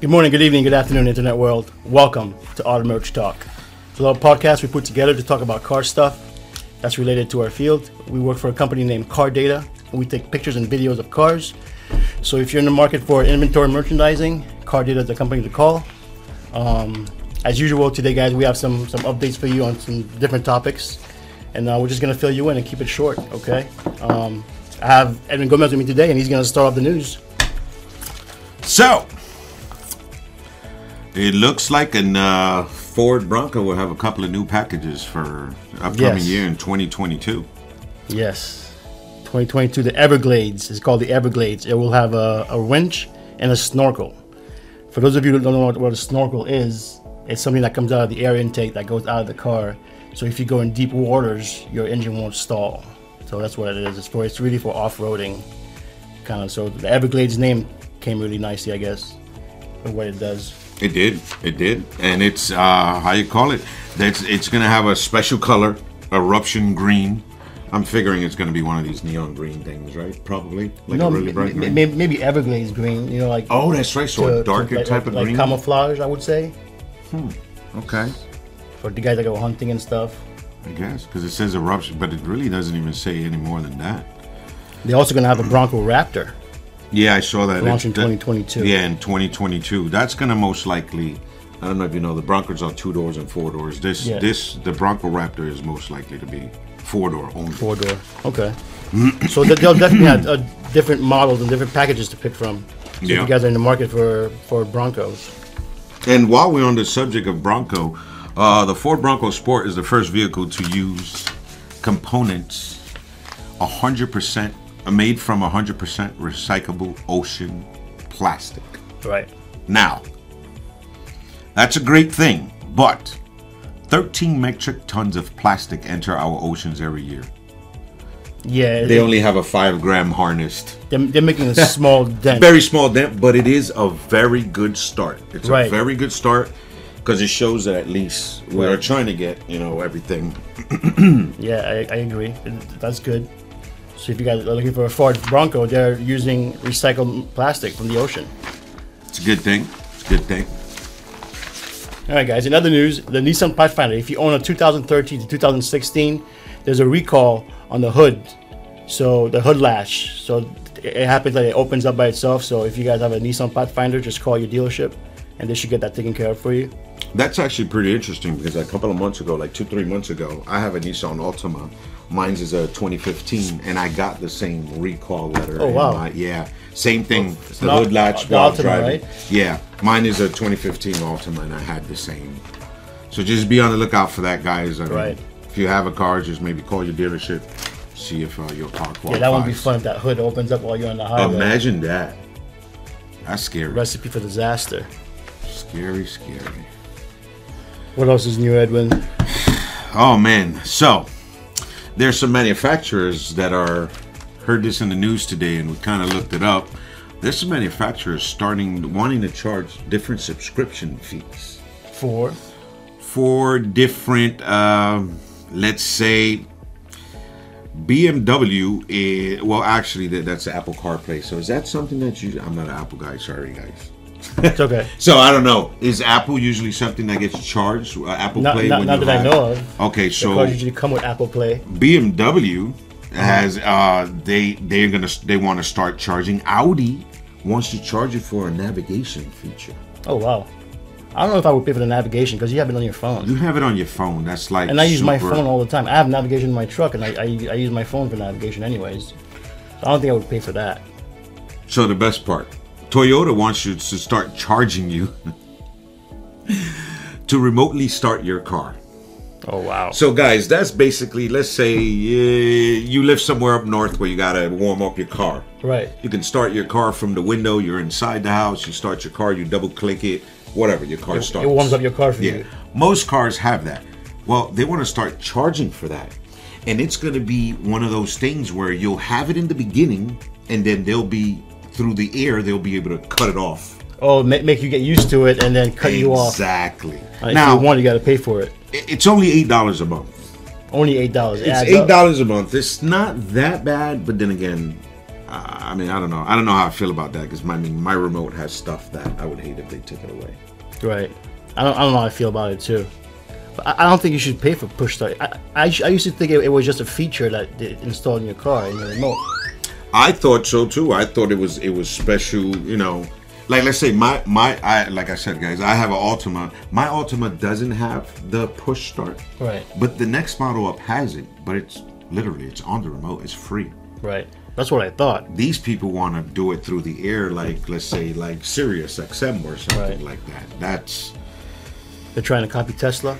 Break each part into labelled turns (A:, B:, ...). A: Good morning, good evening, good afternoon, Internet world. Welcome to Auto Merch Talk. It's a little podcast we put together to talk about car stuff that's related to our field. We work for a company named Car Data, and we take pictures and videos of cars. So if you're in the market for inventory merchandising, Car Data is the company to call. Um, as usual, today, guys, we have some some updates for you on some different topics, and uh, we're just gonna fill you in and keep it short, okay? Um, I have Edwin Gomez with me today, and he's gonna start off the news.
B: So, it looks like an uh, Ford Bronco will have a couple of new packages for upcoming
A: Yes.
B: year in 2022.
A: Yes. 2022, the Everglades. It's called the Everglades. It will have a, a winch and a snorkel. For those of you who don't know what, what a snorkel is, it's something that comes out of the air intake that goes out of the car. So if you go in deep waters, your engine won't stall. So that's what it is. It's for it's really for off-roading, kind of. So the Everglades name came really nicely, I guess, for what it does.
B: It did, it did, and it's uh, how you call it. That's it's gonna have a special color, eruption green. I'm figuring it's gonna be one of these neon green things, right? Probably like
A: No,
B: a really bright green.
A: maybe, maybe Everglades green. You know, like
B: oh, that's right. So
A: to-
B: a
A: to
B: darker
A: like-
B: type of
A: like
B: green.
A: camouflage, I would say,
B: okay,
A: for the guys that go hunting and stuff.
B: I guess because it says eruption, but it really doesn't even say any more than that.
A: They're also going to have a Bronco Raptor.
B: Yeah, I saw that.
A: Launch in
B: It's-
A: 2022.
B: Yeah, in 2022. That's going to most likely. I don't know if you know the Broncos are two doors and four doors. This
A: Yeah.
B: this the Bronco Raptor is most likely to be four door only.
A: Four door. Okay. so th- they'll definitely have uh, different models and different packages to pick from. So if
B: Yeah.
A: you guys are in the market for, for Broncos.
B: And while we're on the subject of Bronco, uh, the Ford Bronco Sport is the first vehicle to use components 100% made from 100% recyclable ocean plastic.
A: Right.
B: Now, that's a great thing, but 13 metric tons of plastic enter our oceans every year.
A: Yeah.
B: They
A: They
B: only have a five gram harnessed.
A: they're, they're making a small dent.
B: Very small dent, but it is a very good start. It's
A: Right.
B: a very good start because it shows that at least we are
A: Right.
B: trying to get, you know, everything.
A: Yeah, I, I agree. That's good. So if you guys are looking for a Ford Bronco, they're using recycled plastic from the ocean.
B: It's a good thing. It's a good thing.
A: All right, guys. In other news, the Nissan Pathfinder. If you own a 2013 to 2016, there's a recall on the hood, so the hood lash. So it it happens that it opens up by itself. So if you guys have a Nissan Pathfinder, just call your dealership, and they should get that taken care of for you.
B: That's actually pretty interesting because a couple of months ago, like two, three months ago, I have a Nissan Altima. Mine's is a 2015, and I got the same recall letter.
A: Oh,
B: in
A: wow.
B: my- yeah, same thing. It's the
A: not-
B: hood latch
A: the
B: while
A: Altima,
B: driving.
A: right?
B: Yeah, mine is a 2015 Altima, and I had the same. So just be on the lookout for that, guys. I mean,
A: Right.
B: If you have a car, just maybe call your dealership, see if uh, your car qualifies.
A: Yeah, that would be fun if that hood opens up while you're on the highway.
B: Imagine that. That's scary.
A: Recipe for disaster.
B: Scary, scary.
A: What else is new, Edwin?
B: Oh man, so there's some manufacturers that are heard this in the news today, and we kind of looked it up. There's some manufacturers starting wanting to charge different subscription fees
A: Four.
B: for different, um, let's say. BMW is eh, well, actually, that, that's the Apple CarPlay. So is that something that you? I'm not an Apple guy. Sorry, guys.
A: It's okay.
B: So I don't know. Is Apple usually something that gets charged? Uh, Apple
A: Not,
B: Play?
A: not,
B: when
A: not
B: you
A: that I
B: have-
A: know of.
B: Okay, so
A: Cars usually come with Apple Play.
B: BMW
A: Uh-huh.
B: has uh, they they're gonna they want to start charging. Audi wants to charge you for a navigation feature.
A: Oh wow. I don't know if I would pay for the navigation because you have it on your phone.
B: You have it on your phone. That's like
A: And I use my
B: super-
A: phone all the time. I have navigation in my truck, and I, I, I use my phone for navigation anyways. So I don't think I would pay for that.
B: So the best part, Toyota wants you to start charging you to remotely start your car.
A: Oh wow!
B: So guys, that's basically let's say uh, you live somewhere up north where you gotta warm up your car.
A: right,
B: You can start your car from the window. You're inside the house. You start your car. You double click it. Whatever your car starts.
A: it warms up your car for
B: Yeah,
A: you.
B: most cars have that. Well, they want to start charging for that, and it's going to be one of those things where you'll have it in the beginning, and then they'll be through the air. They'll be able to cut it off.
A: Oh, ma- make you get used to it, and then cut you off.
B: exactly.
A: Uh, If
B: Now
A: you want, you got to pay for it.
B: i- it's only eight dollars a month.
A: Only eight dollars.
B: It's eight dollars a month. It's not that bad, but then again, I I mean, I don't know. I don't know how I feel about that because my I mean, my remote has stuff that I would hate if they took it away.
A: Right. I don't, I don't know how I feel about it too. But I, I don't think you should pay for push start. I, I, I used to think it, it was just a feature that they installed in your car in your remote.
B: I thought so too. I thought it was it was special, you know. Like let's say my my I like I said guys, I have an Altima. My Altima doesn't have the push start.
A: Right.
B: But the next model up has it, but it's literally it's on the remote. It's free.
A: Right. That's what I thought.
B: These people want to do it through the air like let's say like Sirius XM or something
A: Right.
B: like that. That's
A: They're trying to copy Tesla.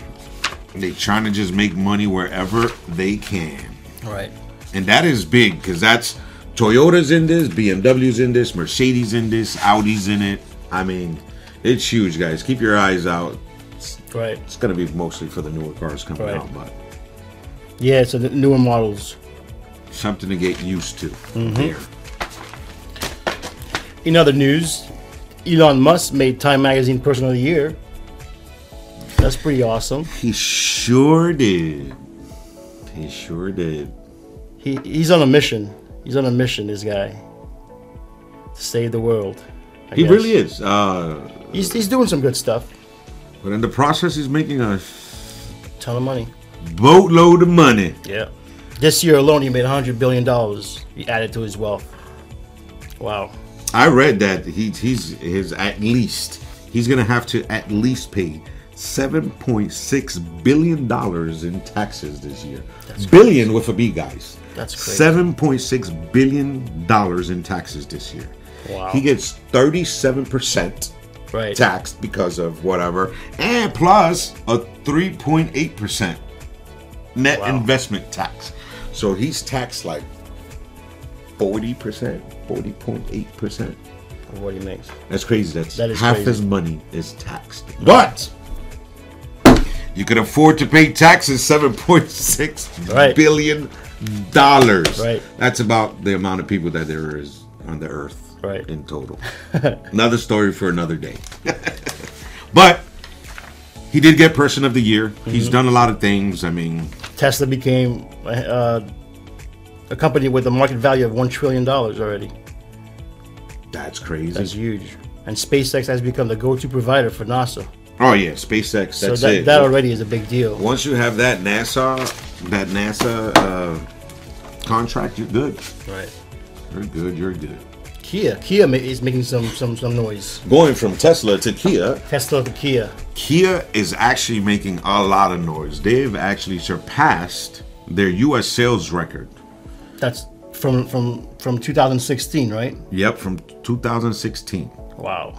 B: they trying to just make money wherever they can.
A: Right.
B: and that is big because that's Toyota's in this, BMW's in this, Mercedes in this, Audi's in it. I mean, it's huge, guys. Keep your eyes out.
A: Right.
B: It's gonna be mostly for the newer cars coming
A: Right.
B: out, but
A: Yeah, so the newer models.
B: something to get used to.
A: Mm-hmm.
B: There,
A: In other news, Elon Musk made Time Magazine Person of the Year. That's pretty awesome.
B: he sure did. He sure did.
A: He, he's on a mission. He's on a mission, this guy. To save the world. I
B: He
A: guess.
B: really is. Uh,
A: He's, he's doing some good stuff.
B: but in the process, he's making a
A: Ton of money.
B: boatload of money.
A: Yeah. This year alone, he made $100 billion. He added to his wealth. Wow.
B: I read that he, he's his at least he's gonna have to at least pay seven point six billion dollars in taxes this year. billion with a B, guys.
A: That's crazy.
B: seven point six billion dollars in taxes this year.
A: Wow.
B: He gets thirty seven percent
A: Right.
B: taxed because of whatever, and plus a three point eight percent net
A: Wow.
B: investment tax. So he's taxed like forty percent, forty point eight percent.
A: Of what he makes.
B: That's crazy. That's
A: That is
B: half
A: crazy.
B: his money is taxed. But you can afford to pay taxes seven point six
A: Right.
B: billion dollars.
A: Right.
B: That's about the amount of people that there is on the earth
A: Right.
B: in total. another story for another day. but he did get person of the year. He's
A: Mm-hmm.
B: done a lot of things. I mean,
A: Tesla became uh, a company with a market value of $1 trillion already.
B: that's crazy.
A: That's huge. And SpaceX has become the go to provider for NASA.
B: oh yeah, SpaceX. That's
A: So that,
B: it.
A: that already is a big deal.
B: Once you have that NASA, that NASA uh, contract, you're good.
A: Right.
B: You're good. You're good.
A: Kia. Kia ma- is making some, some, some noise.
B: Going from Tesla to Kia,
A: Tesla to Kia.
B: Kia is actually making a lot of noise. They've actually surpassed their U.S. sales record.
A: That's from, from, from 2016, right?
B: Yep, from 2016
A: Wow.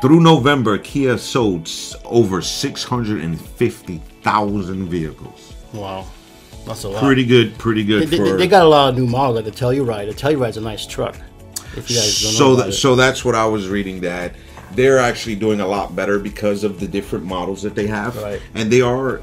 B: through November, Kia sold s- over 650,000 vehicles.
A: Wow. That's a lot.
B: Pretty good. Pretty good
A: They,
B: for.
A: they, they got a lot of new models, like the Telluride. The Telluride's a nice truck. If you guys don't
B: so
A: know about
B: that
A: it.
B: so that's what I was reading that they're actually doing a lot better because of the different models that they have,
A: Right.
B: and they are.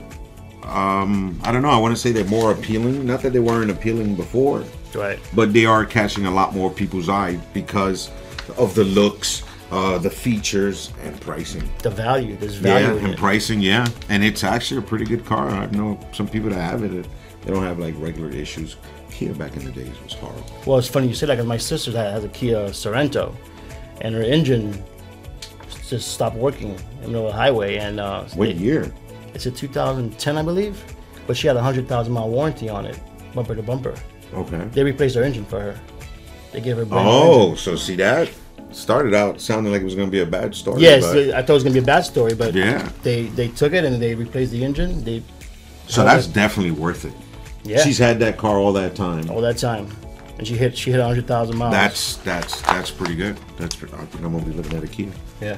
B: Um, I don't know. I want to say they're more appealing. Not that they weren't appealing before,
A: right,
B: but they are catching a lot more people's eye because of the looks, uh, the features, and pricing.
A: the value, there's value
B: yeah,
A: in
B: and
A: it.
B: pricing. Yeah, and it's actually a pretty good car. I know some people that have it. that They don't have like regular issues. Kia back in the days was horrible.
A: Well, it's funny you say that because my sister ha- has a Kia Sorento, and her engine s- just stopped working in the middle of the highway. And uh,
B: What
A: it-
B: year?
A: It's a 2010, I believe, but she had a hundred thousand mile warranty on it, bumper to bumper.
B: Okay.
A: They replaced her engine for her. They gave her a brand new engine.
B: Oh, so see that started out sounding like it was going to be a bad story.
A: Yes,
B: but-
A: I thought it was gonna be a bad story, but
B: Yeah.
A: they they took it and they replaced the engine. They
B: so that's definitely worth it.
A: yeah, Oh,
B: She's had that car all that time.
A: all that time, and she hit she hit hundred thousand miles.
B: That's that's that's pretty good. That's pre- I think I'm gonna be looking at a Kia.
A: Yeah.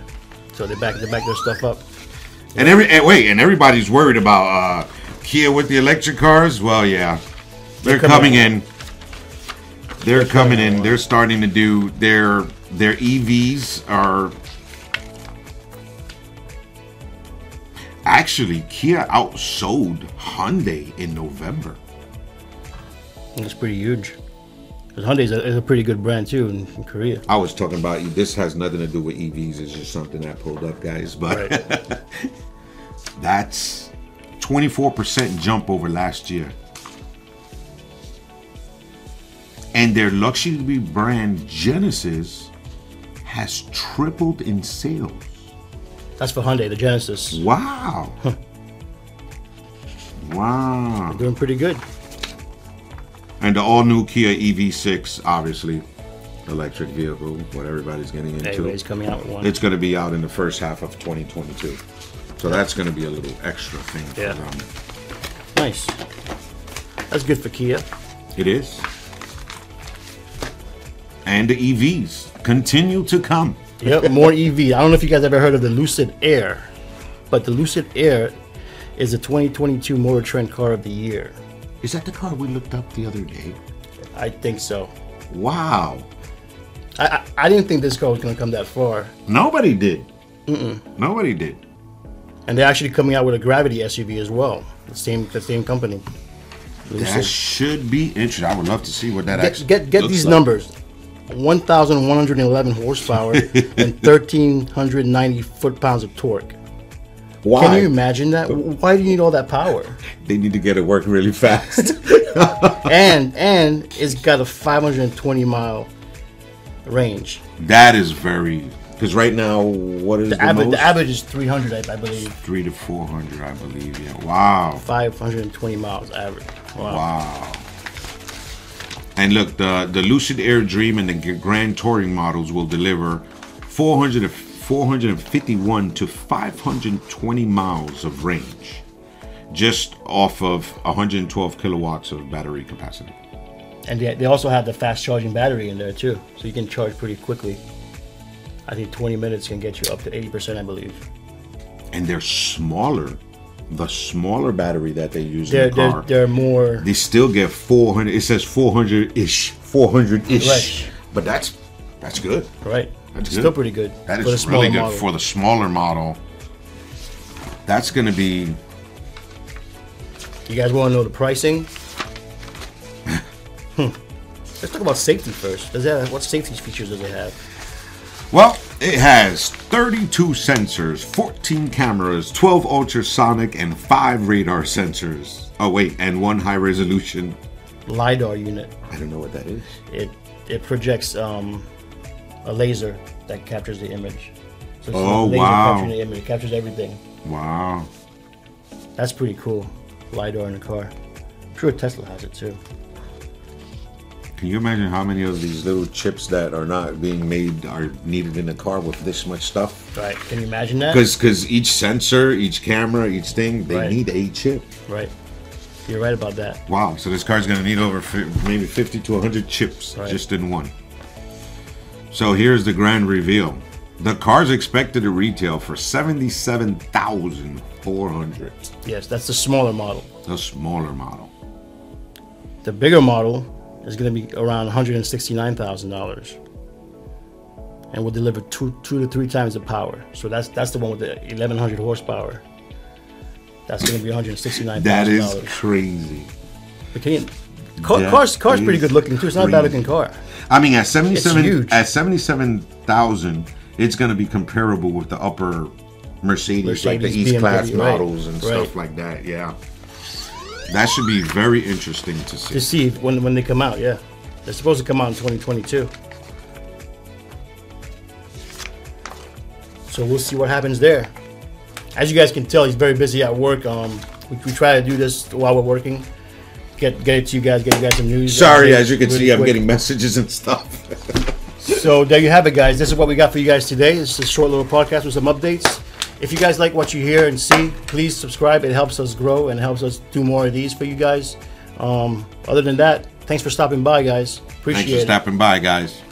A: So they back they back their stuff up.
B: And every and wait, and everybody's worried about uh, Kia with the electric cars. Well, yeah, they're
A: coming
B: coming in. They're coming
A: coming
B: in.
A: out.
B: They're starting to do their their EVs are actually Kia outsold Hyundai in November.
A: And it's pretty huge. Because Hyundai is a, is a pretty good brand too in, in Korea.
B: I was talking about this has nothing to do with EVs. It's just something that pulled up, guys. But that's twenty four percent jump over last year, And their luxury brand Genesis has tripled in sales.
A: That's for Hyundai, the Genesis.
B: Wow. wow.
A: Doing pretty good.
B: And the all new Kia EV6, obviously, electric vehicle, what everybody's getting into.
A: Everybody's coming out with one.
B: It's going to be out in the first half of 2022. So that's going to be a little extra thing
A: Yeah.
B: for them.
A: Nice. That's good for Kia.
B: It is. And the EVs continue to come.
A: Yep, more EV. I don't know if you guys ever heard of the Lucid Air, but the Lucid Air is the 2022 Motor Trend Car of the Year.
B: Is that the car we looked up the other day?
A: I think so.
B: Wow.
A: I I, I didn't think this car was going to come that far,
B: Nobody did. Nobody did.
A: and they're actually coming out with a Gravity SUV as well. The same the same company.
B: That should be interesting. I would love to see what that
A: Get
B: actually
A: get, get
B: looks
A: these
B: like.
A: numbers. 1,111 horsepower and 1,390 foot-pounds of torque.
B: Why?
A: Can you imagine that? Why do you need all that power?
B: They need to get it working really fast.
A: and and it's got a 520 mile range.
B: that is very because right now what is the,
A: The, average,
B: most?
A: the average is 300, I, I believe.
B: Three to four hundred, I believe. Yeah. Wow.
A: 520 miles average. Wow.
B: Wow. And look, the the Lucid Air Dream and the G- Grand Touring models will deliver 400, to 451 to 520 miles of range, just off of 112 kilowatts of battery capacity.
A: And they, they also have the fast charging battery in there too, so you can charge pretty quickly. I think 20 minutes can get you up to 80%, I believe.
B: And they're smaller. The smaller battery that they use
A: They're,
B: in the car.
A: they're, they're more.
B: they still get 400 it says 400 ish 400 ish
A: Right.
B: but that's that's good
A: Right.
B: That's
A: It's
B: good.
A: still pretty good.
B: that
A: for the
B: is
A: smaller
B: really good
A: model.
B: for the smaller model that's going to be
A: You guys want to know the pricing? hmm. Let's talk about safety first. Does that what safety features does it have?
B: well it has 32 sensors 14 cameras 12 ultrasonic and 5 radar sensors oh wait and one high resolution
A: LiDAR unit.
B: i don't know what that is
A: it it projects um, a laser that captures the image. So it's
B: Oh,
A: laser
B: wow.
A: Capturing the image, it captures everything.
B: wow
A: That's pretty cool. Lidar in a car. I'm sure Tesla has it too.
B: can you imagine how many of these little chips that are not being made are needed in a car with this much stuff
A: Right? Can you imagine that?
B: Because because each sensor, each camera, each thing, they
A: Right.
B: need a chip.
A: Right. You're right about that.
B: Wow. So this car's going to need over fi- maybe 50 to 100 chips
A: Right.
B: just in one. So here's the grand reveal. The car's expected to retail for 77,400.
A: Yes, that's the smaller model.
B: The smaller model.
A: The bigger model is going to be around one hundred and sixty-nine thousand dollars, and will deliver two two to three times the power. So that's that's the one with the eleven hundred horsepower. That's going to be one hundred sixty-nine
B: That
A: thousand
B: is
A: dollars.
B: crazy.
A: But can you, car,
B: That
A: car's car's pretty
B: is
A: good looking too. It's not a bad looking car.
B: I mean, at 77
A: huge.
B: at 77,000, it's going to be comparable with the upper Mercedes, like the
A: Mercedes,
B: East class
A: BMW, right,
B: models and stuff
A: right.
B: like that. Yeah. That should be very interesting to see.
A: To see if- when when they come out, yeah, they're supposed to come out in 2022. So we'll see what happens there. As you guys can tell, he's very busy at work. Um, we, we try to do this while we're working. Get get it to you guys. Get you guys some news.
B: Sorry,
A: updates
B: as you can
A: really
B: see, I'm
A: quick.
B: getting messages and stuff.
A: So there you have it, guys. This is what we got for you guys today. This is a short little podcast with some updates. If you guys like what you hear and see, please subscribe. It helps us grow and helps us do more of these for you guys. Um, other than that, thanks for stopping by, guys. Appreciate
B: Thanks for
A: it.
B: stopping by, guys.